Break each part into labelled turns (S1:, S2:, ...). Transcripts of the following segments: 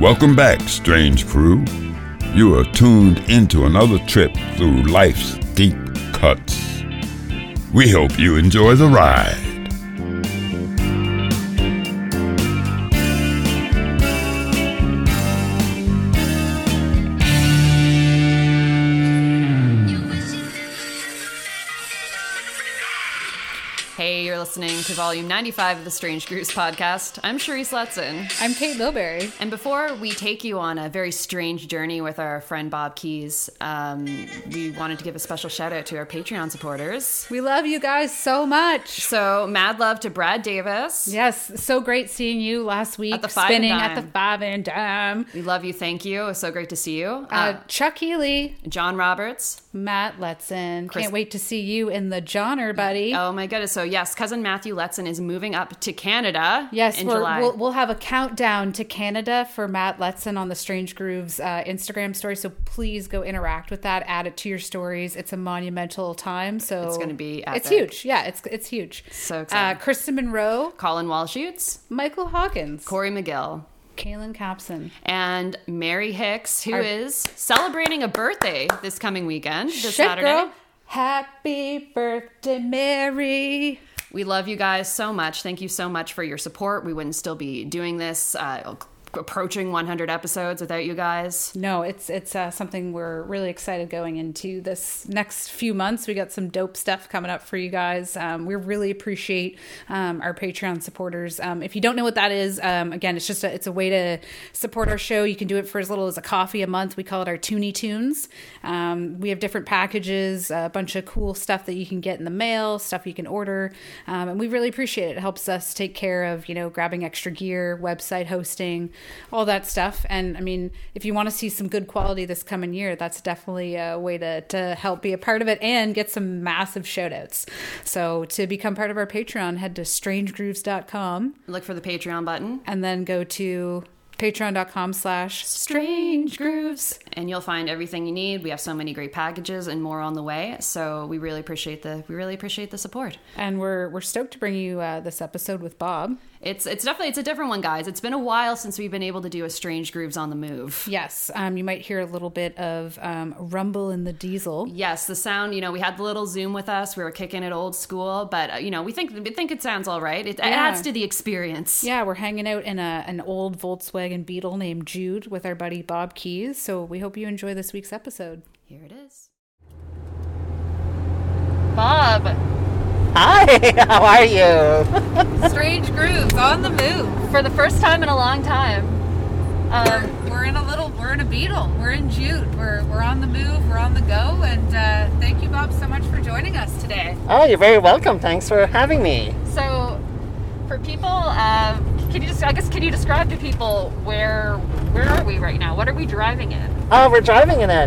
S1: Welcome back, strange crew. You are tuned into another trip through life's deep cuts. We hope you enjoy the ride.
S2: Hey, you're listening to volume 95 of the Strange Grooves podcast. I'm Cherise Letson.
S3: I'm Kate Bilberry.
S2: And before we take you on a very strange journey with our friend Bob Keys, um, we wanted to give a special shout out to our Patreon supporters.
S3: We love you guys so much.
S2: So, mad love to Brad Davis.
S3: Yes, so great seeing you last week
S2: At the Five and
S3: spinning at
S2: Dime.
S3: the Five and Dime.
S2: We love you. Thank you. It's so great to see you.
S3: Uh,
S2: Uh,
S3: Chuck Healy,
S2: John Roberts.
S3: Matt Letson.
S2: Chris-
S3: Can't wait to see you in the Johnner, buddy.
S2: Oh, my goodness. So, yes, cousin Matthew Letson is moving up to Canada
S3: Yes,
S2: in
S3: we're,
S2: July.
S3: we'll we'll have a countdown to Canada for Matt Letson on the Strange Grooves uh, Instagram story. So please go interact with that. Add it to your stories. It's a monumental time. So
S2: It's gonna be epic.
S3: it's huge. Yeah, it's it's huge.
S2: So
S3: uh,
S2: excited.
S3: Kristen Monroe,
S2: Colin Walshoots,
S3: Michael Hawkins,
S2: Corey McGill.
S3: Kaylin Capson.
S2: and Mary Hicks, who is
S3: Our-
S2: celebrating a birthday this coming weekend, this
S3: Shit,
S2: Saturday.
S3: girl. Happy birthday, Mary.
S2: We love you guys so much. Thank you so much for your support. We wouldn't still be doing this, uh, approaching 100 episodes without you guys.
S3: No, it's it's uh, something we're really excited going into this next few months. We got some dope stuff coming up for you guys. Um, we really appreciate um, our Patreon supporters. Um, if you don't know what that is, um, again, it's just a, it's a way to support our show. You can do it for as little as a coffee a month. We call it our Toonie Tunes. Um, we have different packages, a bunch of cool stuff that you can get in the mail, stuff you can order, um, and we really appreciate it. It helps us take care of you know grabbing extra gear, website hosting, all that stuff. And I mean, if you want to see some good quality this coming year, that's definitely a way to to help be a part of it and get some massive shout outs. So to become part of our Patreon, head to strangegrooves.com
S2: Look for the Patreon button,
S3: and then go to patreon.com slash strange grooves.
S2: and you'll find everything you need. We have so many great packages and more on the way. So we really appreciate the we really appreciate the support.
S3: And we're we're stoked to bring you uh, this episode with Bob.
S2: It's it's definitely it's a different one, guys. It's been a while since we've been able to do a strange grooves on the move.
S3: Yes, um, you might hear a little bit of um, rumble in the diesel.
S2: Yes, the sound. You know, we had the little Zoom with us. We were kicking it old school, but uh, you know, we think we think it sounds all right. It, it adds to the experience.
S3: Yeah, we're hanging out in a, an old Volkswagen Beetle named Jude with our buddy Bob Keys. So we hope you enjoy this week's episode.
S2: Here it is.
S4: Bob,
S5: Hi, how are you?
S4: strange grooves
S3: On the move,
S4: for the first time in a long time. Um,
S3: we're in a little, we're in a Beetle. We're in Jude. We're we're on the move. We're on the go. And uh, thank you, Bob, so much for joining us today.
S5: Oh, you're very welcome. Thanks for having me.
S4: so, for people, um, can you just, I guess, can you describe to people where where are we right now? What are we driving in?
S5: Uh, we're driving in a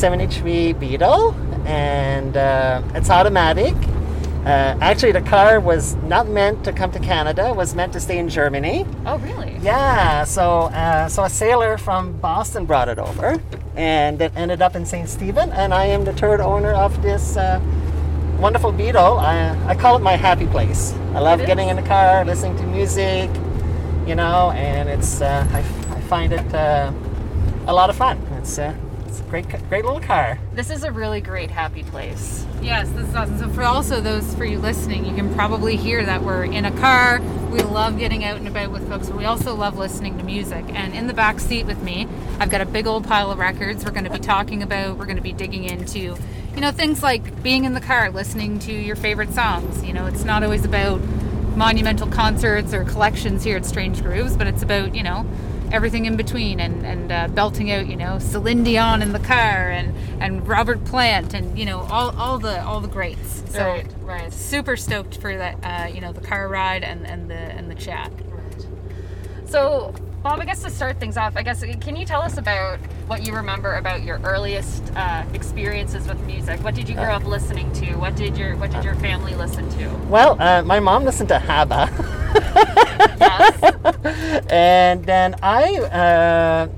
S5: 1973 Beetle, and uh, it's automatic. Uh, actually, the car was not meant to come to Canada; it was meant to stay in Germany.
S4: Oh, really?
S5: Yeah, so uh, so a sailor from Boston brought it over, and it ended up in St. Stephen. And I am the third owner of this uh, wonderful Beetle. I, I call it my happy place. I love
S4: It
S5: getting in the car, listening to music, you know, and it's uh, I, I find it uh, a lot of fun. It's uh, it's a great great little car.
S4: This is a really great happy place.
S3: Yes, this is awesome. So for also those for you listening, you can probably hear that we're in a car. We love getting out and about with folks, but we also love listening to music. And in the back seat with me, I've got a big old pile of records we're going to be talking about. We're going to be digging into, you know, things like being in the car, listening to your favorite songs. You know, it's not always about monumental concerts or collections here at Strange Grooves, but it's about, you know, everything in between and, and uh, belting out, you know, Celine Dion in the car and, and Robert Plant and, you know, all, all the all the greats. So
S4: Right, right.
S3: super stoked for that, uh, you know, the car ride and, and the and the chat.
S4: So, Bob, I guess to start things off, I guess can you tell us about what you remember about your earliest uh, experiences with music? What did you grow up listening to? What did your What did your family listen to?
S5: Well, uh, my mom listened to ABBA.
S4: Yes.
S5: and then I uh,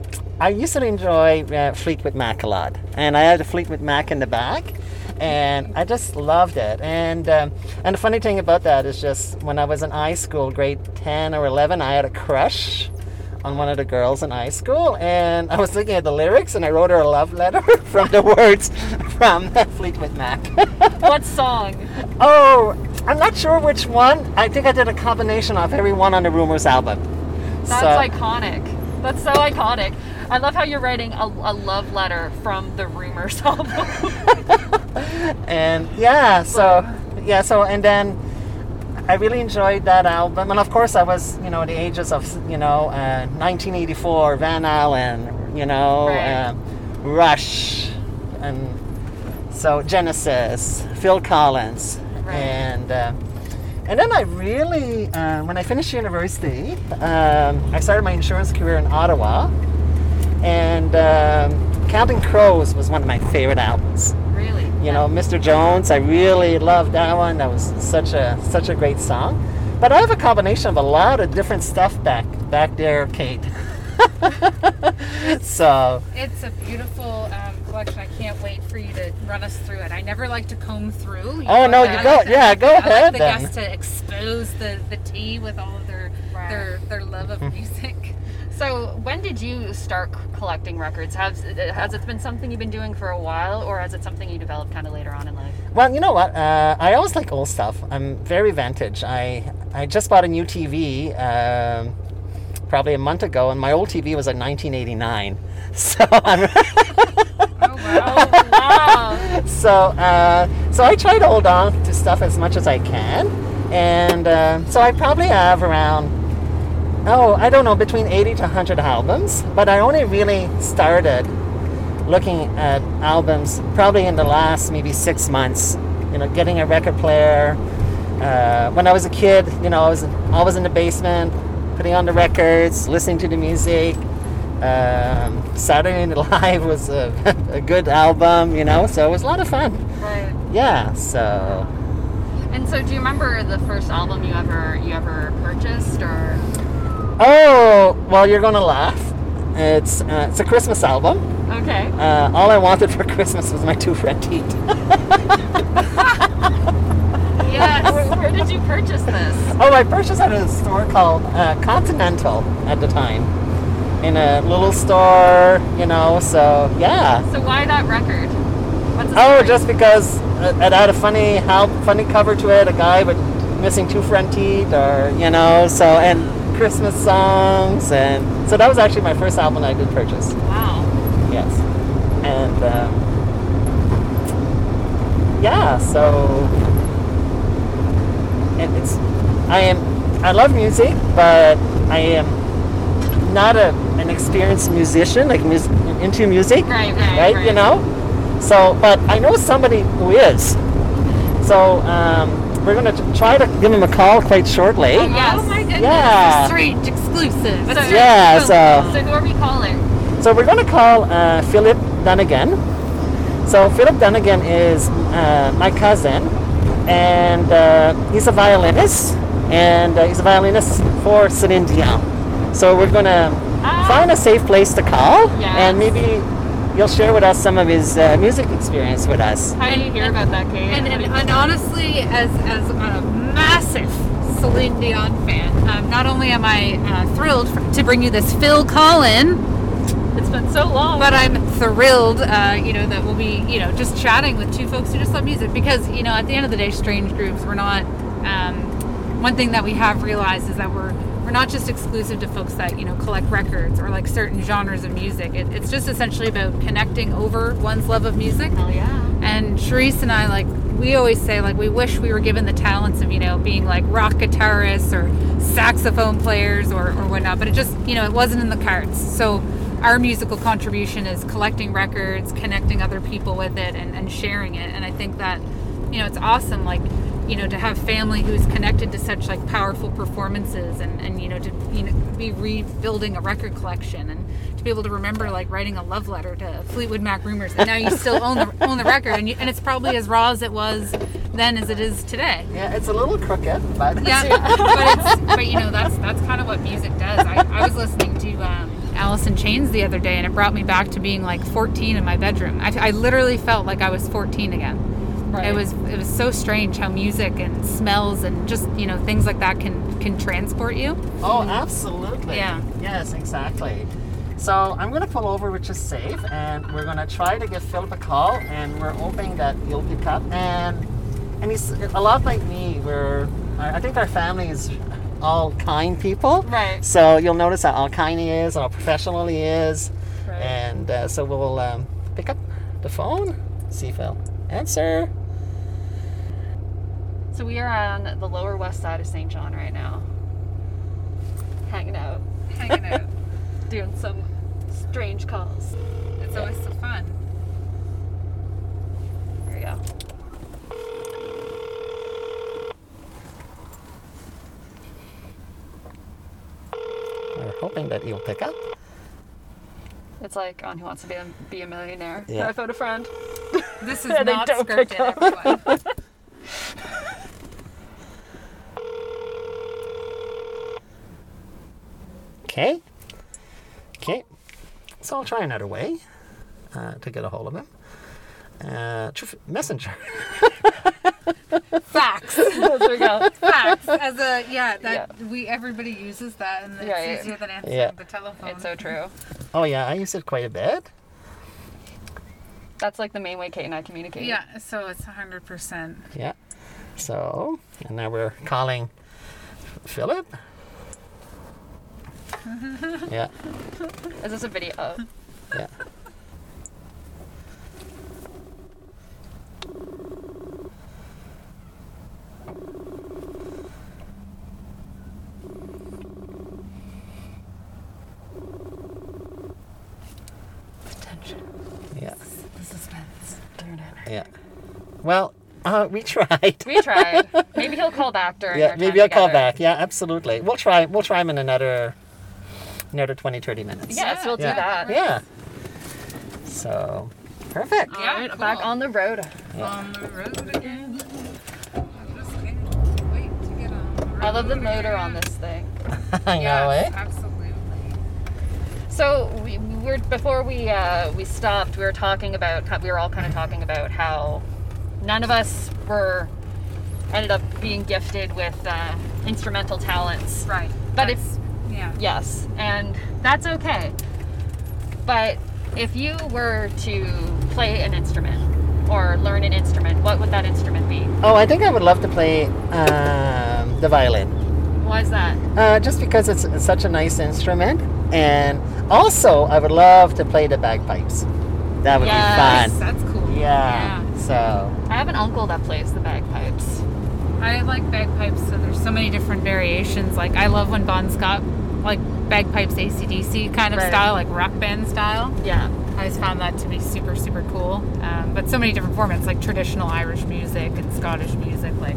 S5: I used to enjoy uh, Fleetwood Mac a lot, and I had a Fleetwood Mac in the back, and I just loved it. And um, and the funny thing about that is just when I was in high school, grade ten or eleven, I had a crush on one of the girls in high school, and I was looking at the lyrics, and I wrote her a love letter from the words from Fleetwood Mac.
S6: What song?
S5: oh, I'm not sure which one. I think I did a combination of every one on the Rumors album.
S6: That's
S5: So-
S6: iconic. That's so iconic. I love how you're writing a, a love letter from the Rumors album.
S5: and yeah so yeah so and then i really enjoyed that album and of course i was you know the ages of you know uh, 1984 van allen you know
S6: Right.
S5: um, rush and so genesis phil collins
S6: Right.
S5: and uh, and then i really uh, when i finished university um, i started my insurance career in ottawa and um, counting crows was one of my favorite albums
S6: really?
S5: you know mr jones i really loved that one that was such a such a great song but i have a combination of a lot of different stuff back back there kate so
S3: It's a beautiful um, collection. I can't wait for you to run us through it. I never like to comb through. You
S5: Oh, no,
S3: I
S5: you
S3: like
S5: go-
S3: to-
S5: yeah, go
S3: I
S5: ahead
S3: Like the
S5: then.
S3: guests to expose the the tea with all of their
S6: Right.
S3: their their love of music.
S6: So, when did you start c- collecting records? Has has it been something you've been doing for a while, or is it something you developed kind of later on in life?
S5: well you know what uh, i always like old stuff i'm very vintage i i just bought a new tv um, probably a month ago and my old tv was a 1989 so i'm
S3: Oh wow.
S6: Oh wow!
S5: so uh, so I try to hold on to stuff as much as I can, and uh, so I probably have around oh I don't know between eighty to hundred albums, but I only really started looking at albums probably in the last maybe six months. You know, getting a record player. Uh, when I was a kid, you know, I was always in the basement, putting on the records, listening to the music. Um, Saturday Night Live was a, a good album, you know, so it was a lot of fun.
S6: right.
S5: Yeah, so
S6: And so, do you remember the first album you ever you ever purchased, or
S5: oh well, you're gonna laugh. It's uh, it's a Christmas album.
S6: okay?
S5: Uh, all I wanted for Christmas was my two front teeth.
S6: Yes. Where, where did you purchase this?
S5: Oh, I purchased at a store called uh, Continental at the time. In a little store, you know, so yeah.
S6: So, why that record? What's the
S5: Oh,
S6: story?
S5: just because uh, it it had a funny how funny cover to it, a guy with missing two front teeth, or you know, so and Christmas songs, and so that was actually my first album I did purchase.
S6: wow.
S5: Yes, and um, yeah, so and it's I am I love music, but I am not a an experienced musician like mus- into music,
S6: Right, right,
S5: You
S6: right.
S5: know, so but I know somebody who is, so um, we're gonna t- try to give him a call quite shortly.
S6: Yes.
S3: Oh my goodness.
S5: Yeah.
S3: Strange exclusive.
S6: So-
S5: Yeah, so.
S6: So, who are we calling?
S5: So we're going to call uh, Philip Dunnigan. So Philip Dunnigan is uh, my cousin, and uh, he's a violinist, and uh, he's a violinist for Celine Dion. So we're going to
S6: Ah.
S5: find a safe place to call,
S6: Yes.
S5: and maybe you'll share with us some of his uh, music experience with us.
S6: How did you hear about that, Kate?
S3: And, and, and honestly, as, as a massive Celine Dion fan, um, not only am I uh, thrilled for, to bring you this Phil Collin,
S6: it's been so long.
S3: but I'm thrilled, uh, you know, that we'll be, you know, just chatting with two folks who just love music because, you know, at the end of the day, strange groups, we're not. Um, one thing that we have realized is that we're we're not just exclusive to folks that you know collect records or like certain genres of music. It, it's just essentially about connecting over one's love of music.
S6: Hell yeah.
S3: And Sharice and I, like, we always say, like, we wish we were given the talents of, you know, being like rock guitarists or saxophone players or, or whatnot, but it just, you know, it wasn't in the cards. So our musical contribution is collecting records, connecting other people with it, and, and sharing it. And I think that, you know, it's awesome, like, you know, to have family who's connected to such like powerful performances and, and you know, to, you know, be rebuilding a record collection and to be able to remember like writing a love letter to Fleetwood Mac rumors and now you still own the own the record and, you, and it's probably as raw as it was then as it is today.
S5: Yeah, it's a little crooked, but
S3: Yeah, but it's, but you know that's that's kind of what music does. I, I was listening to um, Alice in Chains the other day and it brought me back to being like 14 in my bedroom. I, I literally felt like I was 14 again.
S2: Right.
S6: It was it was so strange how music and smells and just you know things like that can can transport you.
S5: Oh, absolutely.
S6: Yeah.
S5: Yes, exactly. So I'm going to pull over, which is safe, and we're going to try to give Philip a call, and we're hoping that he'll pick up. And and he's a lot like me. We're I I think our family is all kind people.
S2: Right.
S5: So you'll notice how all kind he is, how professional he is,
S2: Right.
S5: and uh, so we'll um, pick up the phone, see if he'll answer.
S2: So we are on the lower west side of St. John right now. Hanging out,
S6: Hanging out.
S2: doing some strange calls.
S6: It's always so fun.
S2: There we go.
S5: We're hoping that he'll pick up.
S2: It's like on Who Wants to Be a, be a Millionaire.
S5: Yeah.
S2: I found a friend.
S6: This is
S2: And they
S6: not
S2: don't pick
S6: scripted, everyone.
S5: Okay. Okay. So I'll try another way uh, to get a hold of him. Uh, tr- messenger.
S6: Facts.
S2: there we go.
S6: Facts. As a yeah, that we everybody uses that and it's
S2: Right.
S6: easier than answering
S5: Yeah.
S6: the telephone.
S2: It's so true.
S5: Oh yeah, I use it quite a bit.
S2: That's like the main way Kate and I communicate.
S6: yeah, so it's hundred percent.
S5: Yeah. So and now we're calling Philip. yeah.
S2: Is this a video?
S5: Yeah.
S2: The tension.
S5: Yeah.
S2: The suspense.
S5: Yeah. Well, uh, we tried.
S2: We tried. Maybe he'll call back during
S5: Yeah,
S2: our
S5: maybe I'll
S2: time
S5: call
S2: together.
S5: back. Yeah, absolutely. We'll try we'll try him in another another 20 30 minutes.
S2: Yes, we'll do
S5: Yeah.
S2: that.
S5: Yeah. So, perfect.
S2: All right, back on the road.
S6: On the road again. I just can't wait to get on the road.
S2: I love the motor on this thing.
S5: I know, eh?
S6: Yes, Absolutely.
S2: So we we were before we uh, we stopped. We were talking about we were all kind of
S6: Mm-hmm.
S2: talking about how none of us were ended up being gifted with uh, instrumental talents.
S6: Right.
S2: But
S6: That's-
S2: it's
S6: yeah.
S2: yes, and that's okay. But if you were to play an instrument or learn an instrument, what would that instrument be?
S5: Oh, I think I would love to play um, the violin.
S2: Why is that?
S5: Uh, just because it's, it's such a nice instrument. And also, I would love to play the bagpipes. That would
S2: Yes.
S5: be fun.
S6: That's cool.
S5: Yeah.
S6: Yeah.
S5: So,
S2: I have an uncle that plays the bagpipes.
S6: I like bagpipes, so there's so many different variations. Like I love when Bon Scott, like bagpipes ACDC kind of
S2: Right.
S6: style, like rock band style.
S2: Yeah.
S6: I always found that to be super super cool. Um, but so many different formats, like traditional Irish music and Scottish music, like.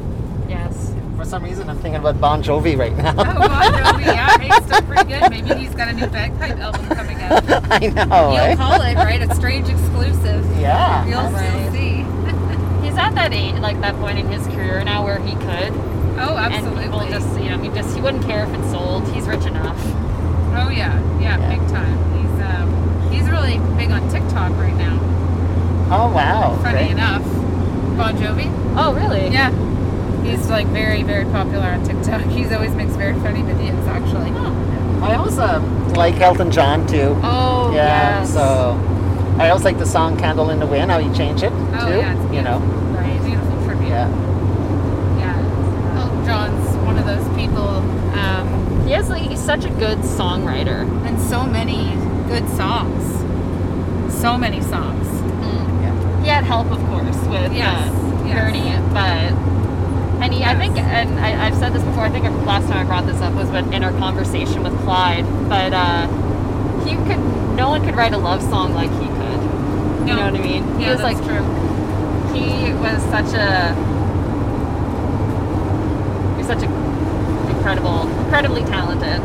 S2: Yes.
S5: for some reason, I'm thinking about Bon Jovi right now.
S6: Oh, Bon Jovi, yeah, he's still pretty good. Maybe he's got a new bagpipe album coming out.
S5: I know,
S6: You'll
S5: eh?
S6: call it right a strange exclusive.
S5: Yeah.
S6: You'll
S2: Right.
S6: still see.
S2: He's at that age, like that point in his career now where he could.
S6: Oh,
S2: And people
S6: absolutely.
S2: just, you know, he just, he wouldn't care if it's sold. He's rich enough.
S6: Oh yeah, yeah,
S5: Yeah.
S6: big time. He's um, he's really big on TikTok right now.
S5: Oh, wow.
S6: Funny
S5: Great.
S6: enough, Bon Jovi.
S2: Oh, really?
S6: Yeah, he's like very very popular on TikTok. He's always makes very funny videos actually.
S5: I also um, like Elton John, too.
S2: Oh,
S5: yeah.
S2: yes.
S5: So, I also like the song Candle in the Wind, how he changed it,
S6: Oh,
S5: too.
S6: yeah, it's
S5: you know?
S6: Right. Beautiful tribute.
S5: Yeah.
S6: Yeah. Elton John's one of those people, um,
S2: He has, like, he's such a good songwriter.
S6: and so many good songs. So many songs.
S2: He had help, of course, with
S6: Yes,
S2: uh,
S6: yes.
S2: Bernie, but. And he, I
S6: Yes.
S2: think, and I, I've said this before. I think last time I brought this up was when in our conversation with Clyde. But uh, he could, no one could write a love song like he could. You know what I mean? he
S6: Yeah,
S2: was
S6: that's
S2: like
S6: true.
S2: he was such a he was such a incredible incredibly talented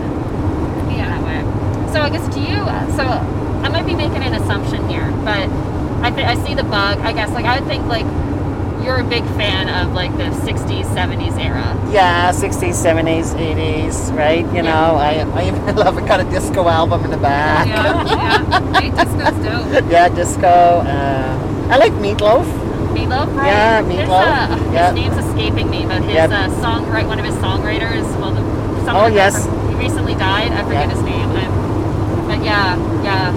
S2: in
S6: Yeah.
S2: that way so i guess to you uh, so i might be making an assumption here but i th- i see the bug i guess like i would think like you're a big fan of like the 60s 70s era
S5: Yeah, 60s, 70s, 80s, right? You know, I, I even love a kind of disco album in the back.
S6: Yeah. Yeah. Hey, disco's dope.
S5: Yeah, disco. Uh, I like Meatloaf.
S6: Meatloaf, right?
S5: Yeah,
S6: His,
S5: Meatloaf.
S6: uh, his
S5: Yeah.
S6: name's escaping me, but his
S5: Yep.
S6: uh, songwriter, one of his songwriters, well, the, some
S5: Oh, yes.
S6: he recently died. I forget
S5: Yeah.
S6: his name. I'm, but yeah, yeah.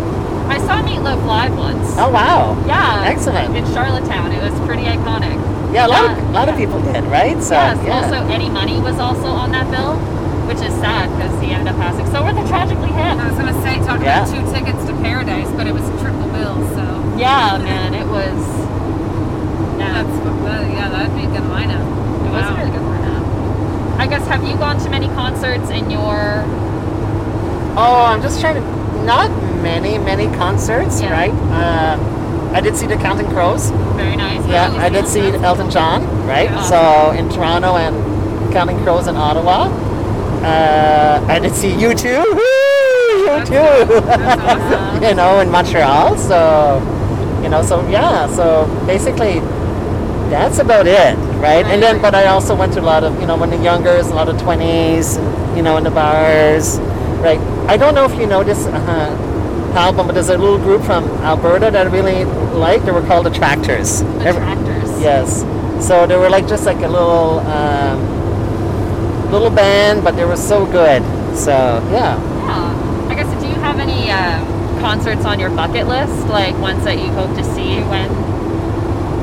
S6: I saw Meatloaf live once.
S5: Oh wow.
S6: Yeah.
S5: Excellent.
S6: In Charlottetown. It was pretty iconic.
S5: Yeah, a lot, of,
S6: Yeah.
S5: lot of people did, right? So
S6: yes.
S5: yeah.
S6: Also, Eddie Money was also on that bill, which is sad because he ended up passing. So were the Tragically
S3: I
S6: Hip.
S3: was gonna say talking
S5: Yeah.
S3: about two tickets to paradise, but it was triple bill, so
S6: Yeah, man. It was. Yeah,
S3: that's well, yeah, that'd be a good lineup.
S6: it was a really good lineup. I guess have you gone to many concerts in your?
S5: Oh, I'm just trying to. Not many, many concerts,
S6: Yeah.
S5: right? Um, I did see the Counting Crows.
S6: Very nice.
S5: Yeah,
S6: How
S5: I did
S6: was
S5: see
S6: it?
S5: Elton John, right?
S6: Yeah.
S5: So in Toronto and Counting Crows in Ottawa. Uh, I did see you too. You
S3: awesome.
S5: too. you know, in Montreal. So, you know, so yeah. So basically, that's about it, right? And then, but I also went to a lot of, you know, when the youngers, a lot of twenties, you know, in the bars, right? I don't know if you know this uh, album, but there's a little group from Alberta that I really liked. They were called the Tractors.
S6: The Tractors.
S5: Yes. So they were like just like a little um, little band, but they were so good. So yeah.
S6: Yeah. Um, I guess. Do you have any um, concerts on your bucket list? Like ones that you hope to see when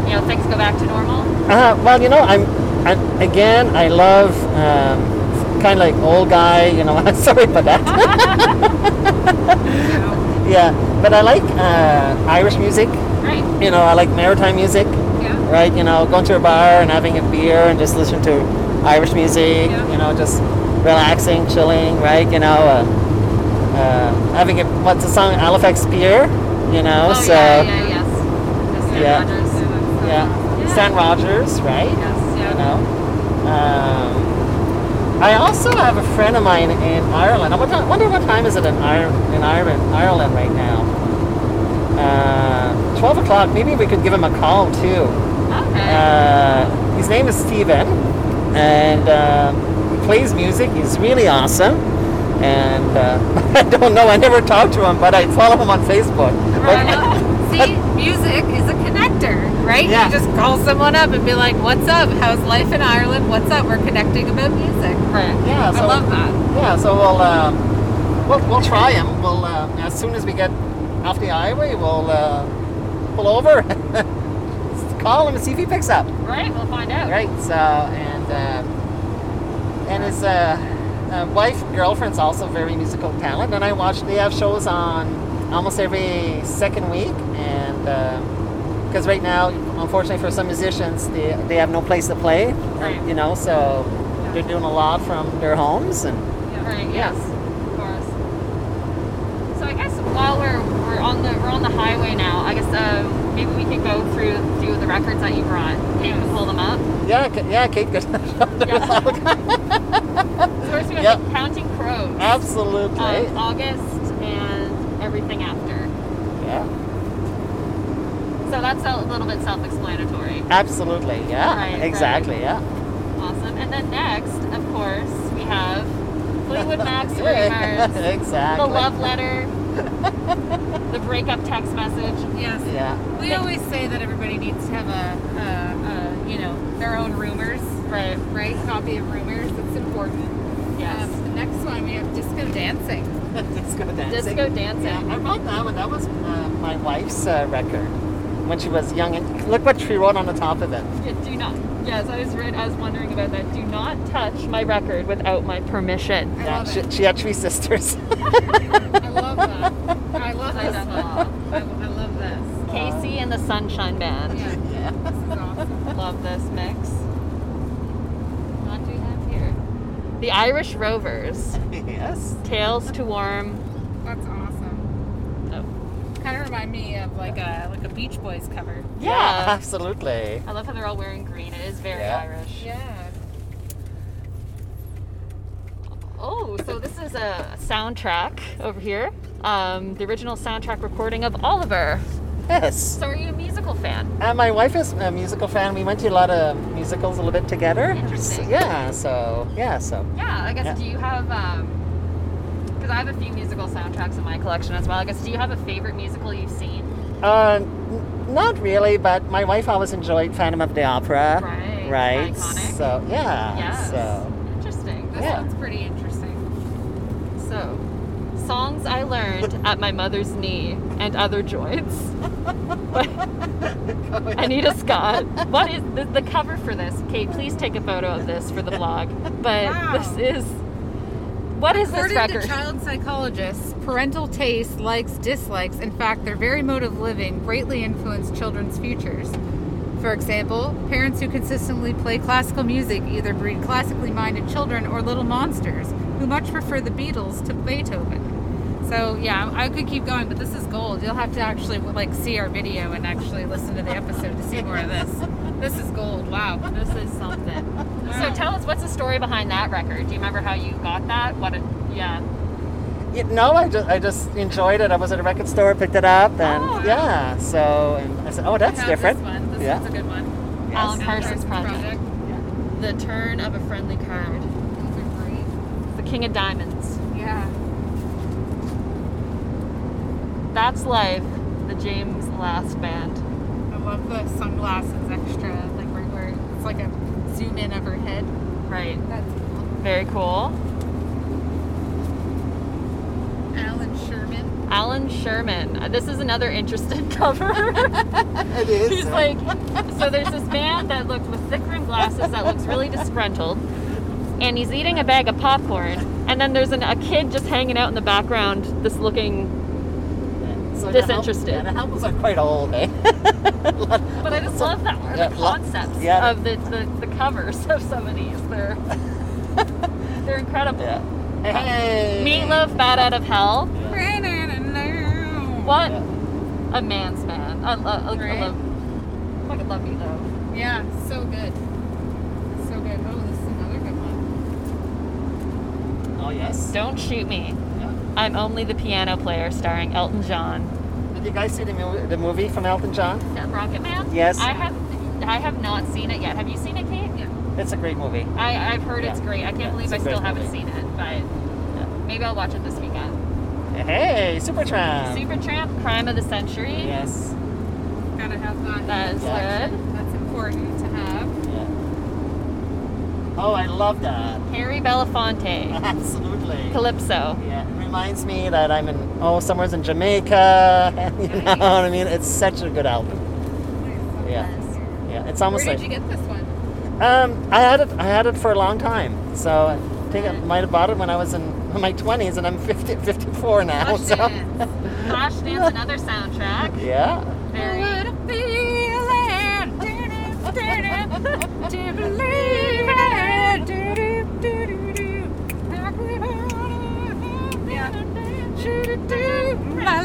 S6: you know things go back to normal?
S5: Uh, well, you know, I'm, i again. I love um, kind of like old guy. You know, I'm sorry for that. yeah, but I like uh, Irish music.
S6: Right.
S5: You know, I like maritime music.
S3: Yeah.
S5: Right. You know, going to a bar and having a beer and just listening to Irish music.
S3: Yeah.
S5: You know, just relaxing, chilling. Right. You know. Uh, uh, having a, what's the song Halifax Pier, you know,
S6: Oh,
S5: so
S6: yeah, yeah, yes. Yes,
S5: uh, Yeah. Yeah.
S6: Rogers. Yeah.
S5: Stan Rogers, right?
S6: Yes,
S5: You
S6: yeah.
S5: know. Um, I also have a friend of mine in Ireland. I wonder, wonder what time is it in, Ir- in Ireland, Ireland right now. Uh, 12 o'clock. Maybe we could give him a call too.
S6: Okay.
S5: Uh, his name is Steven, and uh, he plays music. He's really awesome. And uh, I don't know. I never talked to him, but I follow him on Facebook.
S3: I
S5: But-
S3: know. See, music is a connector, right?
S5: Yeah.
S3: You just call someone up and be like, "What's up? How's life in Ireland? What's up? We're connecting about music."
S6: Right.
S5: yeah, so
S3: I love that.
S5: Yeah, so we'll um, we'll, we'll try him. We'll uh, as soon as we get off the highway, we'll uh, pull over, call him and see if he picks up.
S6: Right, we'll find out.
S5: Right. So and uh, and his uh, uh, wife girlfriend's also very musical talent, and I watch. They have shows on almost every second week, and. because right now, unfortunately for some musicians, they, they have no place to play,
S6: Right.
S5: you know, so they're doing a lot from their homes and
S6: Right, yes. Of course. So I guess while we're we're on the we're on the highway now, I guess um, maybe we could go through through the records that you brought. Maybe we can pull them up.
S5: Yeah, K- yeah, Kate good.
S6: So first we got
S5: Yep.
S6: the Counting Crows.
S5: Absolutely.
S6: Um, August and everything after.
S5: yeah.
S6: So that's a little bit self-explanatory.
S5: Absolutely. Yeah.
S6: Right, right.
S5: exactly. Yeah.
S6: Awesome. And then next, of course, we have Fleetwood Mac's
S5: Yeah,
S6: rumors.
S5: exactly.
S6: the love letter, the breakup text message.
S3: Yes.
S5: Yeah.
S3: We always say that everybody needs to have a, a, a you know, their own rumors,
S6: Right.
S3: right? Copy of rumors. It's important.
S6: Yes.
S3: Um, the next one, we have disco dancing.
S5: Disco dancing.
S6: Disco dancing.
S5: Yeah, I bought that one. That was uh, my wife's uh, record when she was young. And look what she wrote on the top of it.
S6: Yeah, do not. Yes, I was read. I was wondering about that. Do not touch my record without my permission.
S3: I
S5: Yeah,
S3: love
S5: she,
S3: it.
S5: she had three sisters.
S3: I love that. I love
S6: I
S3: this
S6: love
S3: song. I, I love this.
S6: Casey and the Sunshine Band.
S3: Yeah. This is awesome.
S6: Love this mix. What do we have here? The Irish Rovers.
S5: yes.
S6: Tales to Warm.
S3: That's awesome.
S6: Oh.
S3: Kind of remind me of like a like a Beach Boys cover.
S5: Yeah.
S6: Yeah.
S5: Absolutely.
S6: I love how they're all wearing green. It is very
S5: Yeah.
S6: Irish.
S3: Yeah.
S6: Oh, so this is a soundtrack over here. Um, the original soundtrack recording of Oliver.
S5: Yes.
S6: So are you a musical fan?
S5: Uh, my wife is a musical fan. We went to a lot of musicals a little bit together.
S6: Interesting.
S5: yeah. So yeah. So
S6: Yeah, I guess.
S5: Yeah.
S6: Do you have? Because I have a few musical soundtracks in my collection as well. I guess. Do you have a favorite musical you've seen?
S5: Uh, n- Not really, but my wife always enjoyed Phantom of the Opera.
S6: Right.
S5: Right.
S6: Iconic.
S5: So yeah.
S6: Yes.
S5: So
S6: Interesting. This
S5: Yeah.
S6: sounds pretty interesting. So, songs I learned at my mother's knee and other joints.
S5: Oh,
S6: Anita Scott. What is the, the cover for this? Kate, please take a photo of this for the blog. But
S3: Wow.
S6: this is. What is this
S3: According
S6: record?
S3: to child psychologists, parental taste, likes, dislikes, in fact, their very mode of living greatly influence children's futures. For example, parents who consistently play classical music either breed classically minded children or little monsters who much prefer the Beatles to Beethoven. So yeah, I could keep going, but this is gold. You'll have to actually like see our video and actually listen to the episode to see more of this. This is gold. Wow.
S6: This is something. So tell us, what's the story behind that record? Do you remember how you got that? What? It, yeah.
S5: you know, I just I just enjoyed it. I was at a record store, picked it up, and
S3: Oh.
S5: yeah. So and I said, oh, that's
S3: Now
S5: different.
S3: This one. This
S5: Yeah.
S3: one's a good one.
S5: Yes.
S6: Alan Parsons Project.
S3: Project.
S6: The turn of a friendly card.
S3: These are great.
S6: The King of Diamonds.
S3: Yeah.
S6: That's Life, the James Last Band.
S3: I love the sunglasses extra, like right where it's like a zoom in of her head.
S6: Right.
S3: That's cool.
S6: Very cool.
S3: Alan Sherman.
S6: Alan Sherman. Uh, This is another interesting cover.
S5: It is.
S6: He's like, so there's this man that looks with thick rimmed glasses that looks really disgruntled, and he's eating a bag of popcorn, and then there's an, a kid just hanging out in the background, this looking.
S5: So the
S6: disinterested.
S5: Al- yeah, the albums are quite old, eh?
S6: But I just love that
S5: Yeah,
S6: the
S5: lo-
S6: concepts
S5: yeah.
S6: of the, the, the covers of some of these. They're they're incredible.
S5: yeah. Hey.
S6: Meatloaf, Bad Out of Hell.
S3: What?
S6: What
S5: Yeah.
S6: a man's man. I, lo- I,
S3: Right?
S6: I love. Fucking love Meatloaf.
S3: Yeah, so good. So good. Oh, this is another good one.
S5: Oh yes.
S6: Don't shoot me.
S5: Yeah.
S6: I'm only the piano player, starring Elton John.
S5: Did you guys see the, mo- the movie from Elton John?
S6: That Rocket Man.
S5: Yes.
S6: I have. I have not seen it yet. Have you seen it, Kate?
S5: It's a great movie.
S6: I, I've heard it's
S5: Yeah.
S6: great. I can't
S5: it's
S6: believe
S5: a
S6: I still
S5: great
S6: haven't
S5: movie.
S6: seen it, but maybe I'll watch it this weekend.
S5: Hey, Supertramp.
S6: Supertramp, Crime of the Century.
S5: Yes.
S3: Gotta have that.
S6: That is
S5: Yeah.
S6: good.
S3: That's important to have.
S5: Yeah. Oh, I love that.
S6: Harry Belafonte,
S5: Absolutely.
S6: Calypso.
S5: Yeah, it reminds me that I'm in oh somewhere's in Jamaica. you know what I mean? It's such a good album. Yeah, yeah. It's
S3: Where
S5: almost
S3: did
S5: like
S3: you get this one?
S5: um, I had it. I had it for a long time. So I think I might have bought it when I was in my 20s, and I'm 50, 54 now. So
S3: Flashdance.
S6: Flashdance, another soundtrack.
S5: yeah,
S6: Very.
S3: What a feeling. Do-do, do-do, to believe it. Do-do, do-do, do. Back when I- Do-do-do, My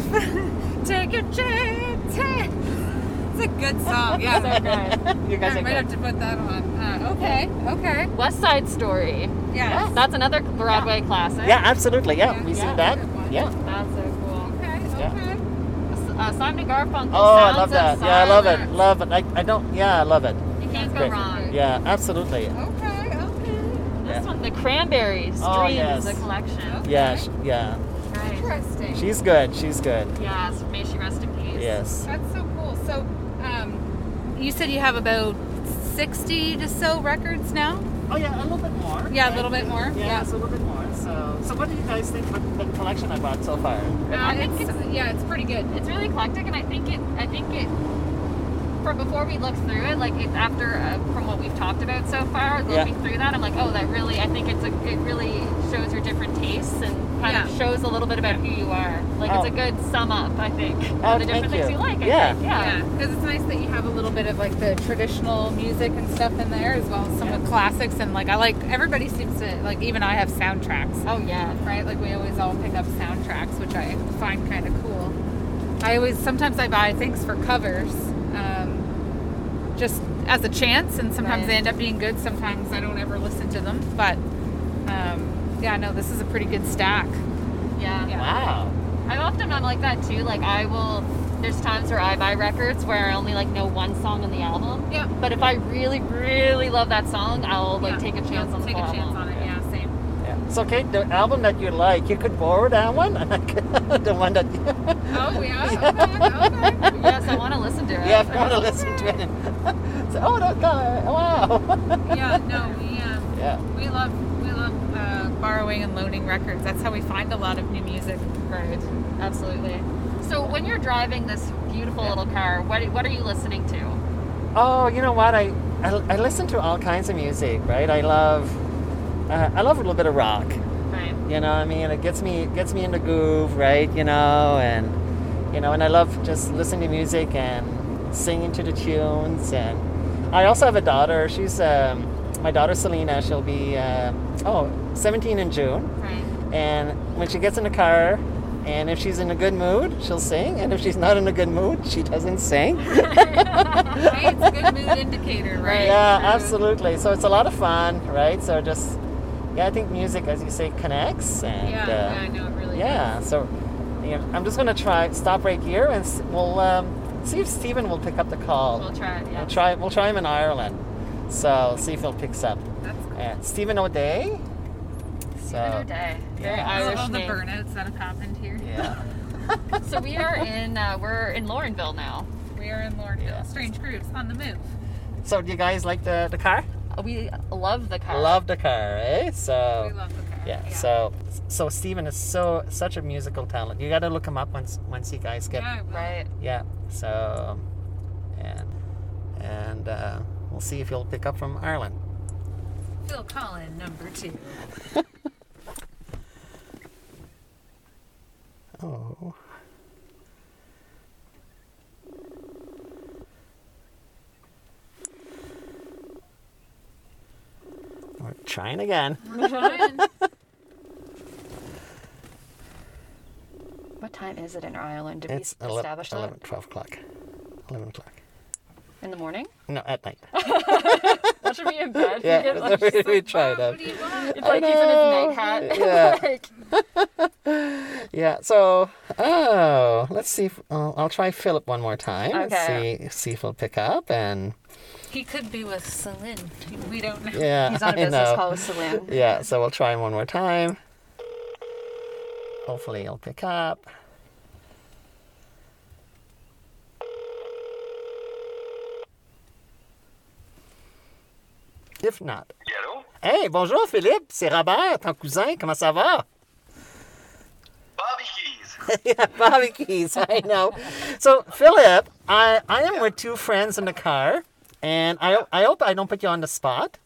S3: life. Take your chance. It's a good song. Yeah.
S6: Okay.
S5: you
S3: I
S5: guys are
S3: might have
S5: good.
S3: to put that on. Uh, okay. Okay.
S6: West Side Story.
S3: Yes.
S6: That's another Broadway classic.
S5: Yeah, absolutely. Yeah,
S3: Yeah.
S5: we see
S6: Yeah.
S5: that.
S3: Good one.
S5: Yeah.
S6: That's so cool.
S3: Okay. Okay.
S6: Uh, Simon and Garfunkel.
S5: Oh, I
S6: Sounds
S5: love
S6: of
S5: that. Yeah, I love it.
S6: Silence.
S5: Love it. I, I don't. Yeah, I love it.
S6: You can't go
S5: Great.
S6: wrong.
S5: Yeah, absolutely.
S3: Okay. Okay.
S6: This
S5: Yeah.
S6: one, the Cranberries.
S5: Oh,
S6: Dreams,
S5: yes.
S6: the collection.
S5: Yeah, sh- yeah.
S6: Right.
S3: Interesting.
S5: She's good. She's good.
S6: Yes. May she rest in peace.
S5: Yes.
S3: That's so cool. So, um, you said you have about 60 to so records now?
S5: Oh yeah, a little bit more.
S3: Yeah, a little bit more.
S5: Yeah, it's a little bit more. So, so what do you guys think with the collection I bought so far?
S3: Uh, it's, yeah, it's pretty good.
S6: It's really eclectic, and I think it. I think it. From before we looked through it, like it's after uh, from what we've talked about so far,
S5: Yeah.
S6: looking through that, I'm like, oh, that really. I think it's a. It really shows your different tastes and kind of
S3: Yeah.
S6: shows a little bit about who you are. Like
S5: Oh.
S6: it's a good sum up, I think.
S5: Oh,
S6: of the
S5: thank
S6: different things
S5: you.
S6: you like. I
S5: Yeah.
S6: think.
S3: Yeah,
S6: yeah.
S3: because it's nice that you have a little bit of like the traditional music and stuff in there, as well as some of the classics. And like, I like everybody seems to like. Even I have soundtracks,
S6: Oh yeah.
S3: right? Like, we always all pick up soundtracks, which I find kind of cool. I always sometimes I buy things for covers, um, just as a chance, and sometimes
S6: Right.
S3: they end up being good. Sometimes I don't ever listen to them, but um, yeah, no, this is a pretty good stack.
S6: Yeah.
S3: Yeah.
S5: Wow.
S6: I'm often I'm like that too. Like I will. There's times where I buy records where I only like know one song on the album.
S3: Yeah.
S6: But if I really, really love that song, I'll like
S3: Yeah.
S6: take a chance on the
S3: Take
S6: whole
S3: a chance
S6: album.
S3: on it. Yeah, same.
S5: Yeah. So, Kate, the album that you like, you could borrow that one, and I could, the one that
S6: Oh yeah. Okay. okay. Yes, I want to listen to it.
S5: yeah, if you want to listen to it. so, oh, that guy, wow.
S3: yeah, no, we um,
S5: yeah,
S3: we love we love uh, borrowing and loaning records. That's how we find a lot of new music.
S6: Right. Absolutely. So when you're driving this beautiful little car, what what are you listening to?
S5: Oh, you know what? I, I, I listen to all kinds of music, right? I love uh, I love a little bit of rock.
S6: Right.
S5: You know, what I mean, it gets me it gets me in the groove, right? You know, and you know, and I love just listening to music and singing to the tunes. And I also have a daughter. She's um, my daughter Selena. She'll be uh, oh 17 in June.
S6: Right.
S5: And when she gets in the car, and if she's in a good mood, she'll sing. And if she's not in a good mood, she doesn't sing.
S3: Hey, it's a good mood indicator, right?
S5: Yeah, absolutely. So it's a lot of fun, right? So just, yeah, I think music, as you say, connects. And,
S3: Yeah,
S5: uh,
S3: yeah, I know it really.
S5: yeah, so you know, I'm just going to try, stop right here, and s- we'll um, see if Stephen will pick up the call.
S6: We'll try it. Yeah.
S5: We'll try, we'll try him in Ireland. So see if he'll picks up.
S3: That's cool.
S5: Uh, Stephen O'Day. So,
S6: O'Day. Very
S5: Yeah.
S3: All
S6: Irish
S3: of the
S6: name.
S3: burnouts that have happened here.
S5: Yeah.
S6: So we are in uh, we're in Laurenville now.
S3: We are in Lordville.
S5: Yeah.
S3: Strange Grooves on the move.
S5: So do you guys like the, the car?
S6: We love the car.
S5: Love the car, eh? So.
S3: We love the car.
S5: Yeah, So so Steven is so such a musical talent. You got to look him up once once you guys get.
S3: Yeah, we-
S6: Right.
S5: Yeah, So and and uh, we'll see if he'll pick up from Ireland.
S3: Phil Collin, number two.
S5: Oh. We're trying again.
S2: What time is it in Ireland? Did
S5: It's
S2: we
S5: ele-
S2: establish that?
S5: 11, 12 o'clock. 11 o'clock.
S2: In the morning?
S5: No, at night.
S2: That should be in bed.
S5: Yeah, we, we tried that.
S2: It's like he's in his night hat.
S5: Yeah. yeah. So, oh, let's see. If, oh, I'll try Philip one more time. and
S2: Okay.
S5: see, see if he'll pick up. And
S3: He could be with Celine. We don't know.
S5: yeah,
S2: He's on a
S5: I
S2: business
S5: know.
S2: call with Salim.
S5: Yeah. So we'll try him one more time. Hopefully he'll pick up. If not.
S7: Allô?
S5: Hey, bonjour Philippe, c'est Robert, ton cousin, comment ça va?
S7: Bobby Keys.
S5: yeah, Bobby Keys. I know. So, Philip, I, I am with two friends in the car, and I, I hope I don't put you on the spot.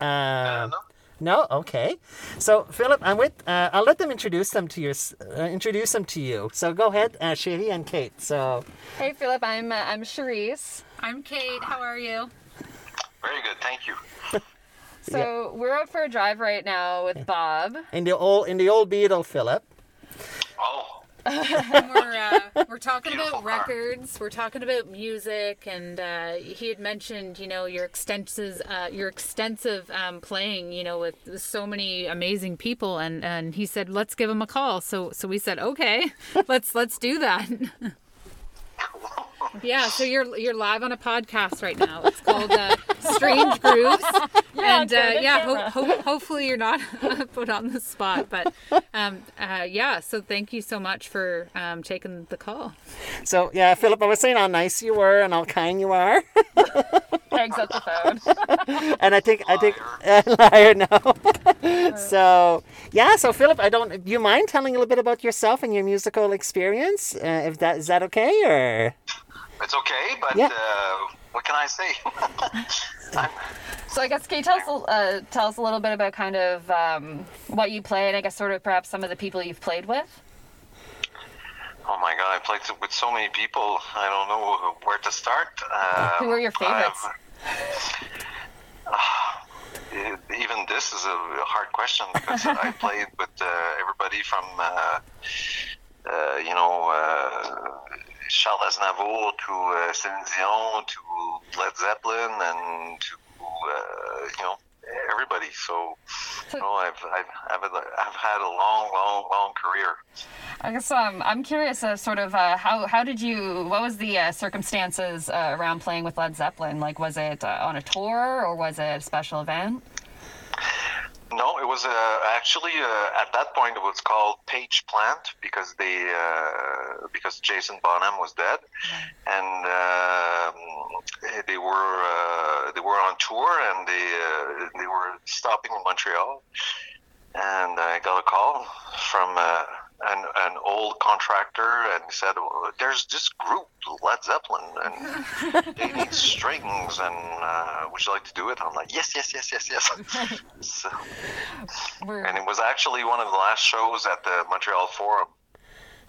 S5: Um,
S7: no.
S5: no, okay. So, Philip, I'm with. Uh, I'll let them introduce them to your s- uh, introduce them to you. So, go ahead, uh, Sherry and Kate. So,
S2: Hey, Philip, I'm uh, I'm Charisse.
S3: I'm Kate. How are you?
S7: Very good, thank you.
S2: So we're out for a drive right now with Bob.
S5: in the old in the old Beetle, Philip.
S7: Oh,
S3: And we're uh, we're talking
S7: Beautiful
S3: about
S7: car.
S3: records. We're talking about music, and uh, he had mentioned, you know, your extensive uh, your extensive um, playing, you know, with so many amazing people, and and he said, let's give him a call. So so we said, okay, let's let's do that. yeah. So you're you're live on a podcast right now. It's called uh, Strange Grooves. and uh, yeah, ho- ho- hopefully you're not put on the spot, but um, uh, yeah. So thank you so much for um, taking the call.
S5: So, yeah, Philip, I was saying how nice you were and how kind you are,
S2: Hangs up the phone.
S5: and I think I think liar now. so, yeah, so Philip, I don't. Do you mind telling a little bit about yourself and your musical experience? Uh, if that is that okay, or
S7: it's okay, but
S5: Yeah.
S7: uh, what can I say? I'm,
S2: So I guess can you tell us a- uh, tell us a little bit about kind of um, what you play and I guess sort of perhaps some of the people you've played with.
S7: oh my God, I played with so many people. I don't know where to start. Uh,
S2: Who are your favorites?
S7: I'm- even this is a hard question because I played with uh, everybody from, uh, uh, you know, uh, Charles Aznavour to uh, Céline Dion to Led Zeppelin and to, uh, you know, everybody. So, you know, I've, I've, I've, had a- I've had a long, long, long career.
S2: I guess um, I'm curious of sort of uh, how how did you what was the uh, circumstances uh, around playing with Led Zeppelin? Like was it uh, on a tour or was it a special event?
S7: No, it was uh, actually uh, at that point it was called Page Plant because they uh, because Jason Bonham was dead, and um they were uh, they were on tour and they uh, they were stopping in Montreal, and I got a call from uh, an, an old contractor and said, "Well, "There's this group, Led Zeppelin, and they need strings, and uh, would you like to do it?" I'm like, "Yes, yes, yes, yes, yes." so, and it was actually one of the last shows at the Montreal Forum.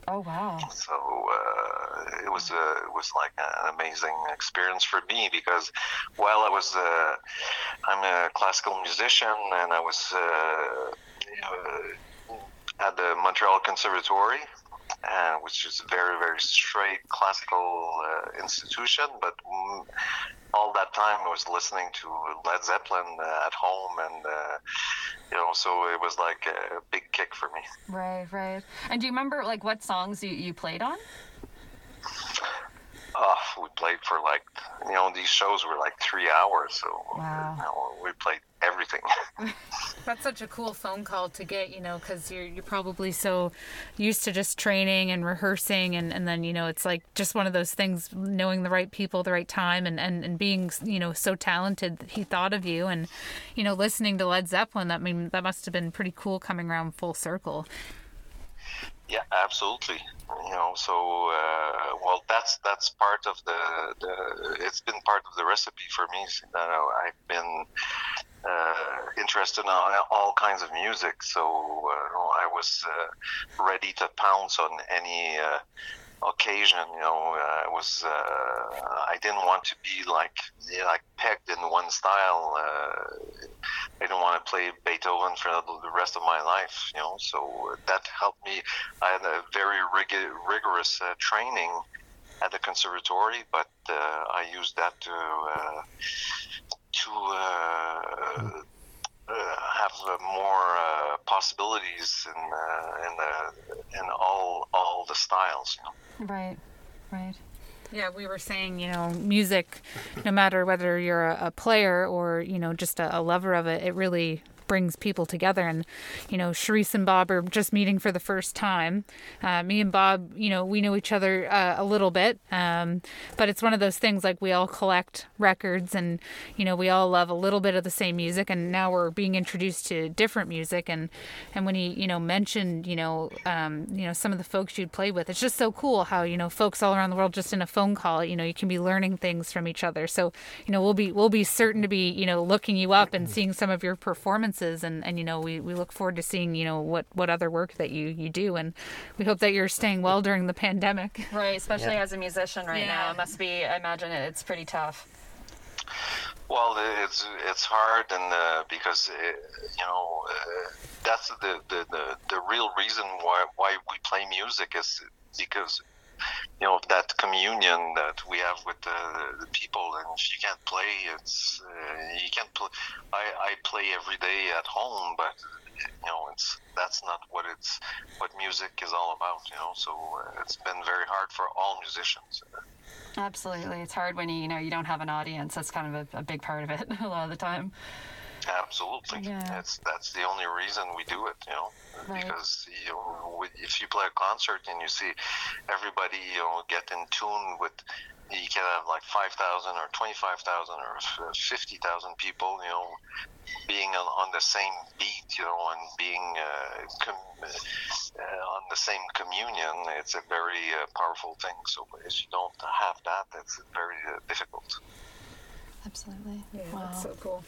S6: Oh wow.
S7: So uh, it was uh, it was like an amazing experience for me because while I was uh, I'm a classical musician and I was uh, uh, at the Montreal Conservatory, uh, which is a very very straight classical uh, institution, but. mm, all that time, I was listening to Led Zeppelin uh, at home, and uh, you know, so it was like a big kick for me.
S6: Right, right. And do you remember like what songs you, you played on?
S7: Oh, we played for like you know these shows were like three hours, so
S6: Wow.
S7: you know, we played everything.
S3: That's such a cool phone call to get, you know, because you're you're probably so used to just training and rehearsing, and, and then you know it's like just one of those things, knowing the right people, the right time, and and and being you know so talented that he thought of you, and you know listening to Led Zeppelin. That I mean that must have been pretty cool coming around full circle.
S7: yeah, absolutely. You know, so uh, well that's that's part of the, the it's been part of the recipe for me. So, you know, I've been uh, interested in all, all kinds of music, so uh, I was uh, ready to pounce on any. Uh, occasion you know uh, I was uh, I didn't want to be like like pegged in one style uh, I didn't want to play Beethoven for the rest of my life you know so that helped me I had a very rig- rigorous uh, training at the conservatory but uh, I used that to uh, to uh, uh, have uh, more uh, possibilities in uh, in the in all all the styles you know
S6: Right, right.
S3: Yeah, we were saying, you know, music, no matter whether you're a, a player or, you know, just a, a lover of it, it really brings people together. And, you know, Sharice and Bob are just meeting for the first time. Uh, me and Bob, you know, we know each other uh, a little bit, um, but it's one of those things like we all collect records and, you know, we all love a little bit of the same music. And now we're being introduced to different music. And, and when he, you know, mentioned, you know, um, you know, some of the folks you'd play with, it's just so cool how, you know, folks all around the world just in a phone call you know you can be learning things from each other so you know we'll be we'll be certain to be you know looking you up and seeing some of your performances and and you know we, we look forward to seeing you know what what other work that you you do and we hope that you're staying well during the pandemic
S6: Right, especially as a musician right now.
S3: Yeah.
S6: It must be I imagine it, it's pretty tough.
S7: Well, it's it's hard, and uh, because uh you know uh, that's the, the, the, the real reason why why we play music is because you know that communion that we have with the, the people, and if you can't play, it's uh, you can't play. I, I play every day at home, but you know it's that's not what it's what music is all about. You know, so uh, it's been very hard for all musicians.
S6: Absolutely. It's hard when you, you know you don't have an audience. That's kind of a, a big part of it a lot of the time.
S7: Absolutely.
S6: Yeah.
S7: That's that's the only reason we do it, you know,
S6: Right.
S7: because you know, with- if you play a concert and you see everybody, you know, get in tune with, you can have like five thousand or twenty-five thousand or fifty thousand people, you know, being on, on the same beat, you know, and being uh, com- uh, on the same communion. It's a very uh, powerful thing. So if you don't have that, it's very uh, difficult.
S6: Absolutely.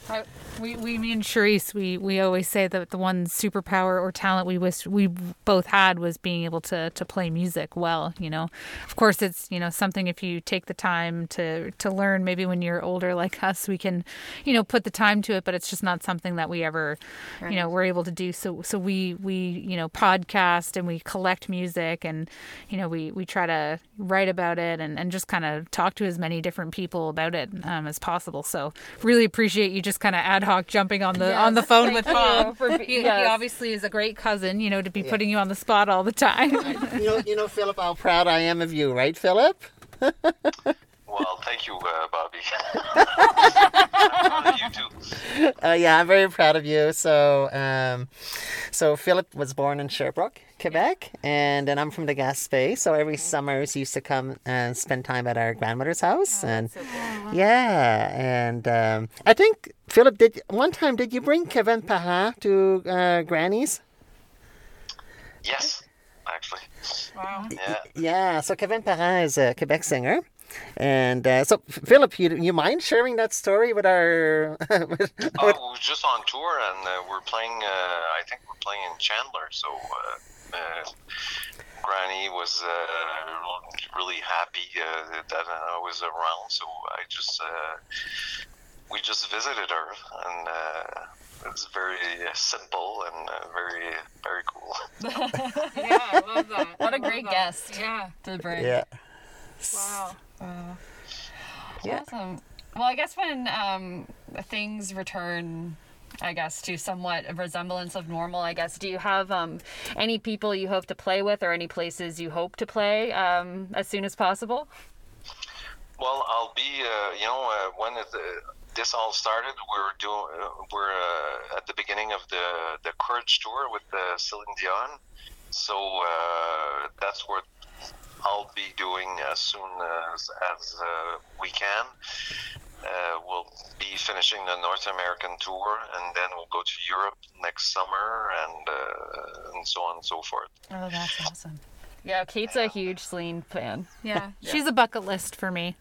S3: I, we, we, me and Charisse, we, we always say that the one superpower or talent we wish we both had was being able to, to play music well, you know. Of course, it's, you know, something if you take the time to, to learn, maybe when you're older like us, we can, you know, put the time to it, but it's just not something that we ever, you know, were able to do. So, so we, we, you know, podcast and we collect music and, you know, we, we try to write about it and, and just kind of talk to as many different people about it um, as possible. So really appreciate you just kind of ad hoc jumping on the on the phone with Bob. He, he obviously is a great cousin, you know, to be putting you on the spot all the time.
S5: Oh, you know, you know, Philip, how proud I am of you, right, Philip?
S7: Well, Well, thank you, uh, Bobby. you too.
S5: Uh, yeah, I'm very proud of you. So, um, so Philip was born in Sherbrooke, Quebec, and then I'm from the Gaspé. So every summer he used to come and spend time at our grandmother's house, and yeah, and um, I think Philip did one time. Did you bring Kevin Paha to uh, Granny's?
S7: Yes, actually. Wow. Yeah.
S5: Yeah, so Kevin Parent is a Quebec singer. And uh, so, Philip, you, you mind sharing that story with our. with-
S7: Oh, we were just on tour, and uh, we're playing. Uh, I think we're playing in Chandler. So uh, uh, Granny was uh, really happy uh, that I was around. So I just uh, we just visited her, and uh, it's very uh, simple and uh, very very cool.
S6: Yeah, I love that.
S3: What
S6: a great guest
S3: Yeah.
S6: to bring.
S5: yeah.
S6: Wow.
S5: Yeah.
S6: Awesome. Well, I guess when um, things return, I guess to somewhat a resemblance of normal. I guess. Do you have um, any people you hope to play with, or any places you hope to play um, as soon as possible?
S7: Well, I'll be. Uh, you know, uh, when it, uh, this all started, we were doing. Uh, we're uh, at the beginning of the the Courage tour with uh, Celine Dion, so uh, that's what I'll be doing as soon as as uh, we can. Uh, we'll be finishing the North American tour, and then we'll go to Europe next summer, and uh, and so on and so forth.
S6: Oh, that's awesome. Yeah, Kate's a huge Celine fan.
S3: Yeah. She's a bucket list for me.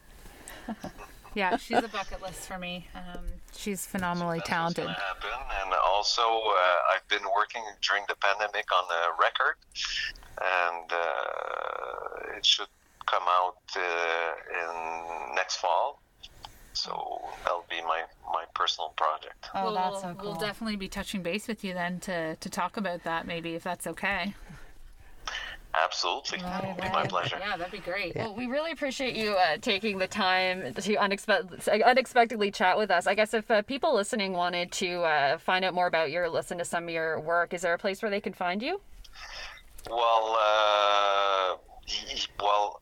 S3: Yeah, she's a bucket list for me. Um, she's phenomenally
S7: That's
S3: talented.
S7: What's gonna happen. And also, uh, I've been working during the pandemic on a record, and uh, it should come out uh, in next fall. So that'll be my, my personal project.
S6: Oh,
S3: we'll,
S6: that's so cool.
S3: we'll definitely be touching base with you then to, to talk about that maybe if that's okay.
S7: Absolutely, it'll be my pleasure.
S3: Yeah, that'd be great.
S6: Well, we really appreciate you uh, taking the time to unexpe- unexpectedly chat with us. I guess if uh, people listening wanted to uh, find out more about you or listen to some of your work, is there a place where they can find you?
S7: Well, uh, y- y- well,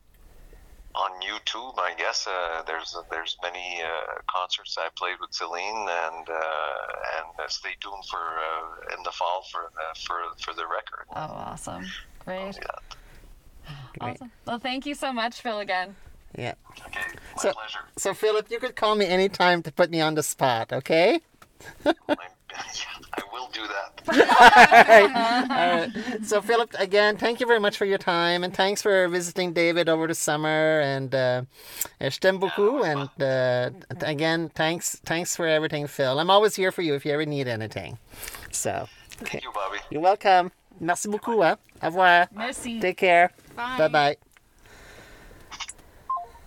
S7: on YouTube, I guess uh, there's there's many uh, concerts I played with Celine, and uh, and uh, stay tuned for uh, in the fall for uh, for for the record.
S2: Uh,
S6: Oh, awesome. Great.
S7: Yeah.
S6: Awesome. Well, thank you so much, Phil, again.
S5: Yeah.
S7: Okay, my
S5: So-
S7: pleasure.
S5: So, Philip, you could call me anytime to put me on the spot, okay?
S7: My, yeah, I will do that.
S5: So, Philip, again, thank you very much for your time, and thanks for visiting David over the summer. And uh, je t'aime beaucoup. And uh, th- again, thanks, thanks for everything, Phil. I'm always here for you if you ever need anything. So, okay.
S7: Thank you, Bobby.
S5: you're welcome. Merci beaucoup. Hein? Au revoir.
S6: Merci.
S5: Take care. Bye bye.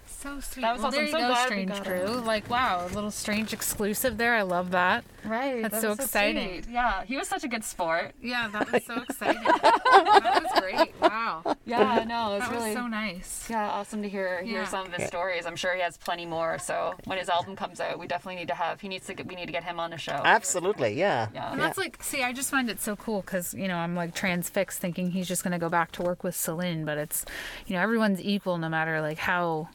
S3: So sweet.
S6: That was
S3: well,
S6: awesome.
S3: there you
S6: So
S3: go,
S6: glad we
S3: Strange
S6: got
S3: Brew. Like, wow, a little strange exclusive there. I love that.
S6: Right.
S3: That's
S6: that
S3: so
S6: was
S3: exciting.
S6: sweet. Yeah, he was such a good sport.
S3: Yeah, that was so exciting. that was great. Wow.
S6: Yeah, no, it's
S3: That
S6: really
S3: was so nice.
S6: yeah, awesome to hear hear
S3: Yeah.
S6: some of his stories. I'm sure he has plenty more. So when his album comes out, we definitely need to have he needs to get, we need to get him on the show.
S5: Absolutely. Yeah.
S6: Yeah.
S3: And that's like, see, I just find it so cool because, you know, I'm like transfixed thinking he's just going to go back to work with Celine, but it's, you know, everyone's equal no matter like how,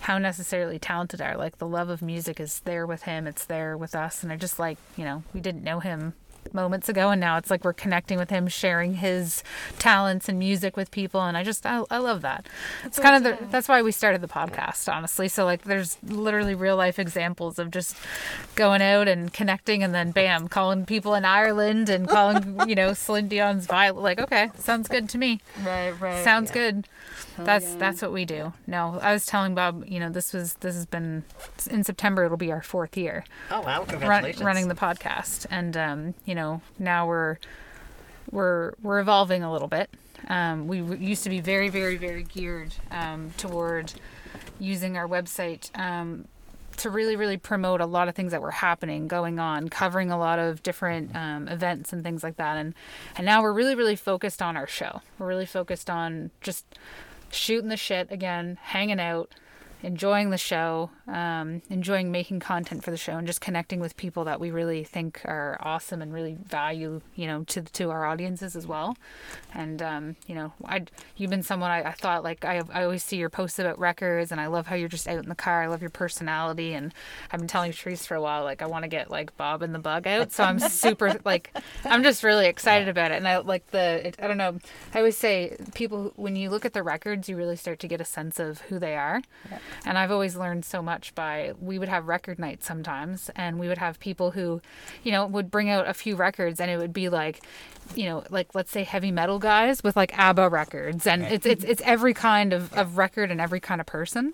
S3: how necessarily talented they are. Like the love of music is there with him, it's there with us. And I just like, you know, we didn't know him moments ago and now it's like we're connecting with him sharing his talents and music with people and i just i, I love that it's kind of the, that's why we started the podcast honestly so like there's literally real life examples of just going out and connecting and then bam calling people in ireland and calling you know Celine Dion's violet like okay sounds good to me
S6: Right, right.
S3: sounds good that's that's what we do no i was telling bob you know this was this has been in september it'll be our fourth year
S5: Oh wow!
S3: run,
S5: Congratulations.
S3: running the podcast and um, you know now we're we're we're evolving a little bit um, we w- used to be very very very geared um, toward using our website um, to really really promote a lot of things that were happening going on covering a lot of different um, events and things like that and and now we're really really focused on our show we're really focused on just shooting the shit again hanging out enjoying the show, um, enjoying making content for the show, and just connecting with people that we really think are awesome and really value, you know, to to our audiences as well. And um, you know, I you've been someone I, I thought like I I always see your posts about records, and I love how you're just out in the car. I love your personality, and I've been telling Therese for a while like I want to get like Bob and the Bug out, so I'm super like I'm just really excited about it. And I like the it, I don't know I always say people when you look at the records, you really start to get a sense of who they are. And I've always learned so much by we would have record nights sometimes and we would have people who, you know, would bring out a few records and it would be like, you know, like let's say heavy metal guys with like ABBA records and it's it's it's every kind of, of record and every kind of person.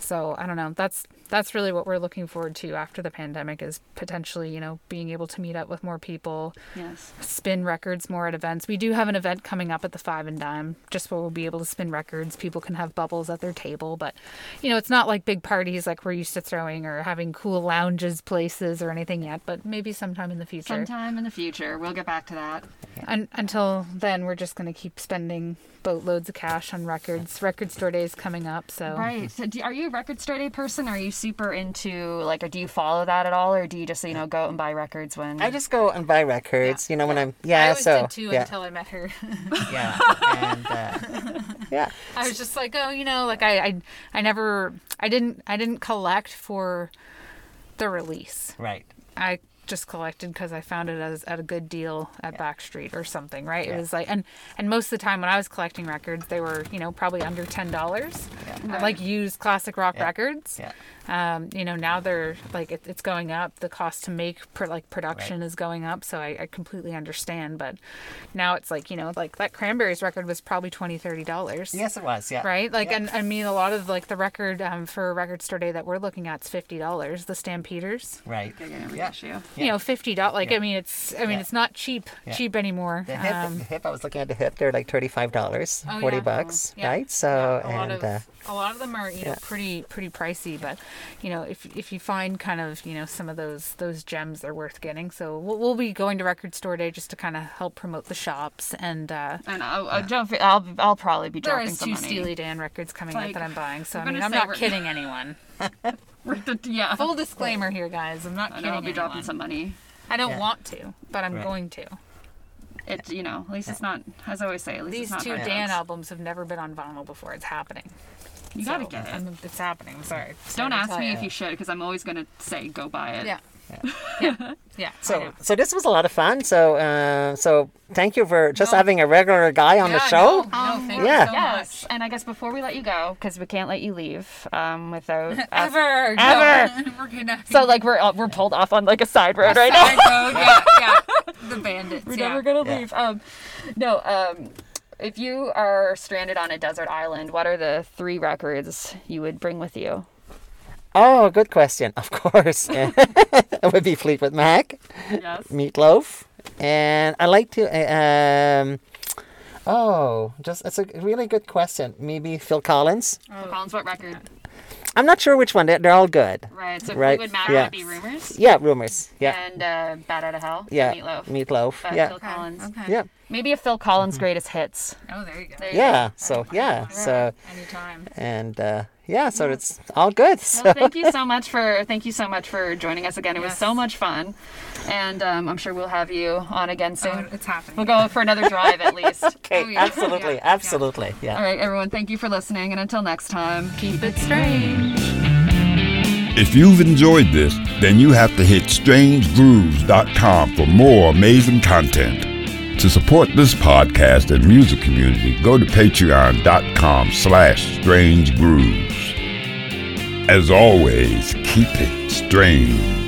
S3: So I don't know. That's that's really what we're looking forward to after the pandemic is potentially, you know, being able to meet up with more people,
S2: Yes.
S3: spin records more at events. We do have an event coming up at the Five and Dime, just where we'll be able to spin records. People can have bubbles at their table, but you know, it's not like big parties like we're used to throwing or having cool lounges places or anything yet. But maybe sometime in the future.
S2: Sometime in the future, we'll get back to that.
S3: Un- until then, we're just going to keep spending boatloads of cash on records. Record store day is coming up, so
S2: Right. So, do, are you a record store day person? Are you super into like, or do you follow that at all, or do you just you know go out and buy records when?
S5: I just go and buy records, you know, when I'm yeah.
S3: I always
S5: so
S3: did too
S5: yeah,
S3: until I met her.
S5: yeah, and, uh, yeah.
S3: I was just like, oh, you know, like I, I, I never, I didn't, I didn't collect for the release.
S5: Right.
S3: I just collected because I found it as at a good deal at Backstreet or something, right? It was like, and and most of the time when I was collecting records, they were you know probably under ten dollars, like used classic rock records.
S5: Yeah.
S3: Um, you know now they're like it, it's going up. The cost to make pr- like production is going up, so I, I completely understand. But now it's like you know like that Cranberries record was probably twenty thirty dollars
S5: Yes, it was. Yeah.
S3: right? Like, and I mean, a lot of like the record um, for record store day that we're looking at is fifty dollars. The Stampeders,
S5: Right. Yeah.
S3: you know, fifty dollars. Like, I mean, it's I mean,
S5: Yeah.
S3: it's not cheap cheap anymore.
S5: The hip,
S3: Um,
S5: the hip. I was looking at the hip. They're like thirty-five dollars,
S3: Oh,
S5: forty
S3: yeah.
S5: bucks,
S3: Yeah.
S5: right? So
S3: a lot
S5: and
S3: of
S5: uh,
S3: a lot of them are you know pretty pretty pricey, but you know if if you find kind of you know some of those those gems, they're worth getting. So we'll, we'll be going to record store day just to kind of help promote the shops and. Uh,
S2: I know. I don't. fe- I'll. I'll probably be
S3: there
S2: dropping
S3: is
S2: some
S3: two
S2: money.
S3: Steely Dan records coming
S2: Like,
S3: out that I'm buying, so
S2: I'm
S3: I mean
S2: gonna
S3: I'm
S2: say
S3: not
S2: we're-
S3: kidding anyone.
S2: yeah.
S3: Full disclaimer here, guys. I'm not
S2: I
S3: kidding.
S2: know I'll be dropping
S3: anyone.
S2: some money.
S3: I don't
S5: Yeah.
S3: want to, but I'm
S5: Right.
S3: going to.
S2: It. You know. At least it's not. As I always say. At least
S3: These
S2: it's not
S3: two
S2: hard
S3: Dan
S2: drugs.
S3: albums have never been on vinyl before. It's happening.
S2: You gotta get it.
S3: I'm, it's happening. I'm sorry.
S2: Don't
S3: Sorry to
S2: ask
S3: tell
S2: me
S3: you.
S2: if you should, because I'm always gonna say go buy it.
S3: Yeah. Yeah. I know.
S5: so so this was a lot of fun. So uh, so thank you for just having a regular guy on the
S3: Yeah,
S5: show.
S3: No, no, thank
S5: yeah.
S3: you so
S2: Yes,
S3: much.
S2: and I guess before we let you go, because we can't let you leave um, without us-
S3: Ever.
S2: Ever.
S3: No, We're gonna.
S2: So like we're uh, we're pulled off on like a side road right now.
S3: Code, yeah, yeah. The bandits.
S2: We're
S3: yeah.
S2: never gonna
S5: Yeah.
S2: leave. Um, no. Um, if you are stranded on a desert island, what are the three records you would bring with you?
S5: Oh, good question. Of course, it would be Fleetwood Mac,
S2: Yes.
S5: Meatloaf, and I like to. uh, Um, oh, just it's a really good question. Maybe Phil Collins.
S3: Oh.
S2: Collins, what record?
S5: I'm not sure which one. They're, they're all good.
S2: Right. So
S5: Right,
S2: Fleetwood Mac
S5: yeah.
S2: would be Rumors.
S5: Yeah, rumors. Yeah,
S2: And uh, Bad Out of Hell.
S5: yeah.
S2: Meatloaf.
S5: Meatloaf.
S2: Uh,
S5: yeah. Mm-hmm.
S2: Phil Collins.
S3: Okay.
S5: Yeah.
S2: Maybe a Phil Collins' greatest hits.
S3: Oh, there you go.
S2: There you go.
S5: Yeah. So yeah. So
S3: Anytime.
S5: and uh, yeah. So it's all good. So
S2: Well, thank you so much for thank you so much for joining us again. It was so much fun, and um, I'm sure we'll have you on again
S3: Oh,
S2: soon.
S3: it's happening.
S2: we'll
S3: Oh,
S2: go for another drive at least.
S5: okay.
S3: yeah.
S5: Absolutely.
S3: Yeah.
S5: Absolutely. Yeah.
S2: All right, everyone. Thank you for listening, and until next time,
S3: Keep it strange.
S1: If you've enjoyed this, then you have to hit strangegrooves.com for more amazing content. To support this podcast and music community, go to patreon.com slash strangegrooves. As always, keep it strange.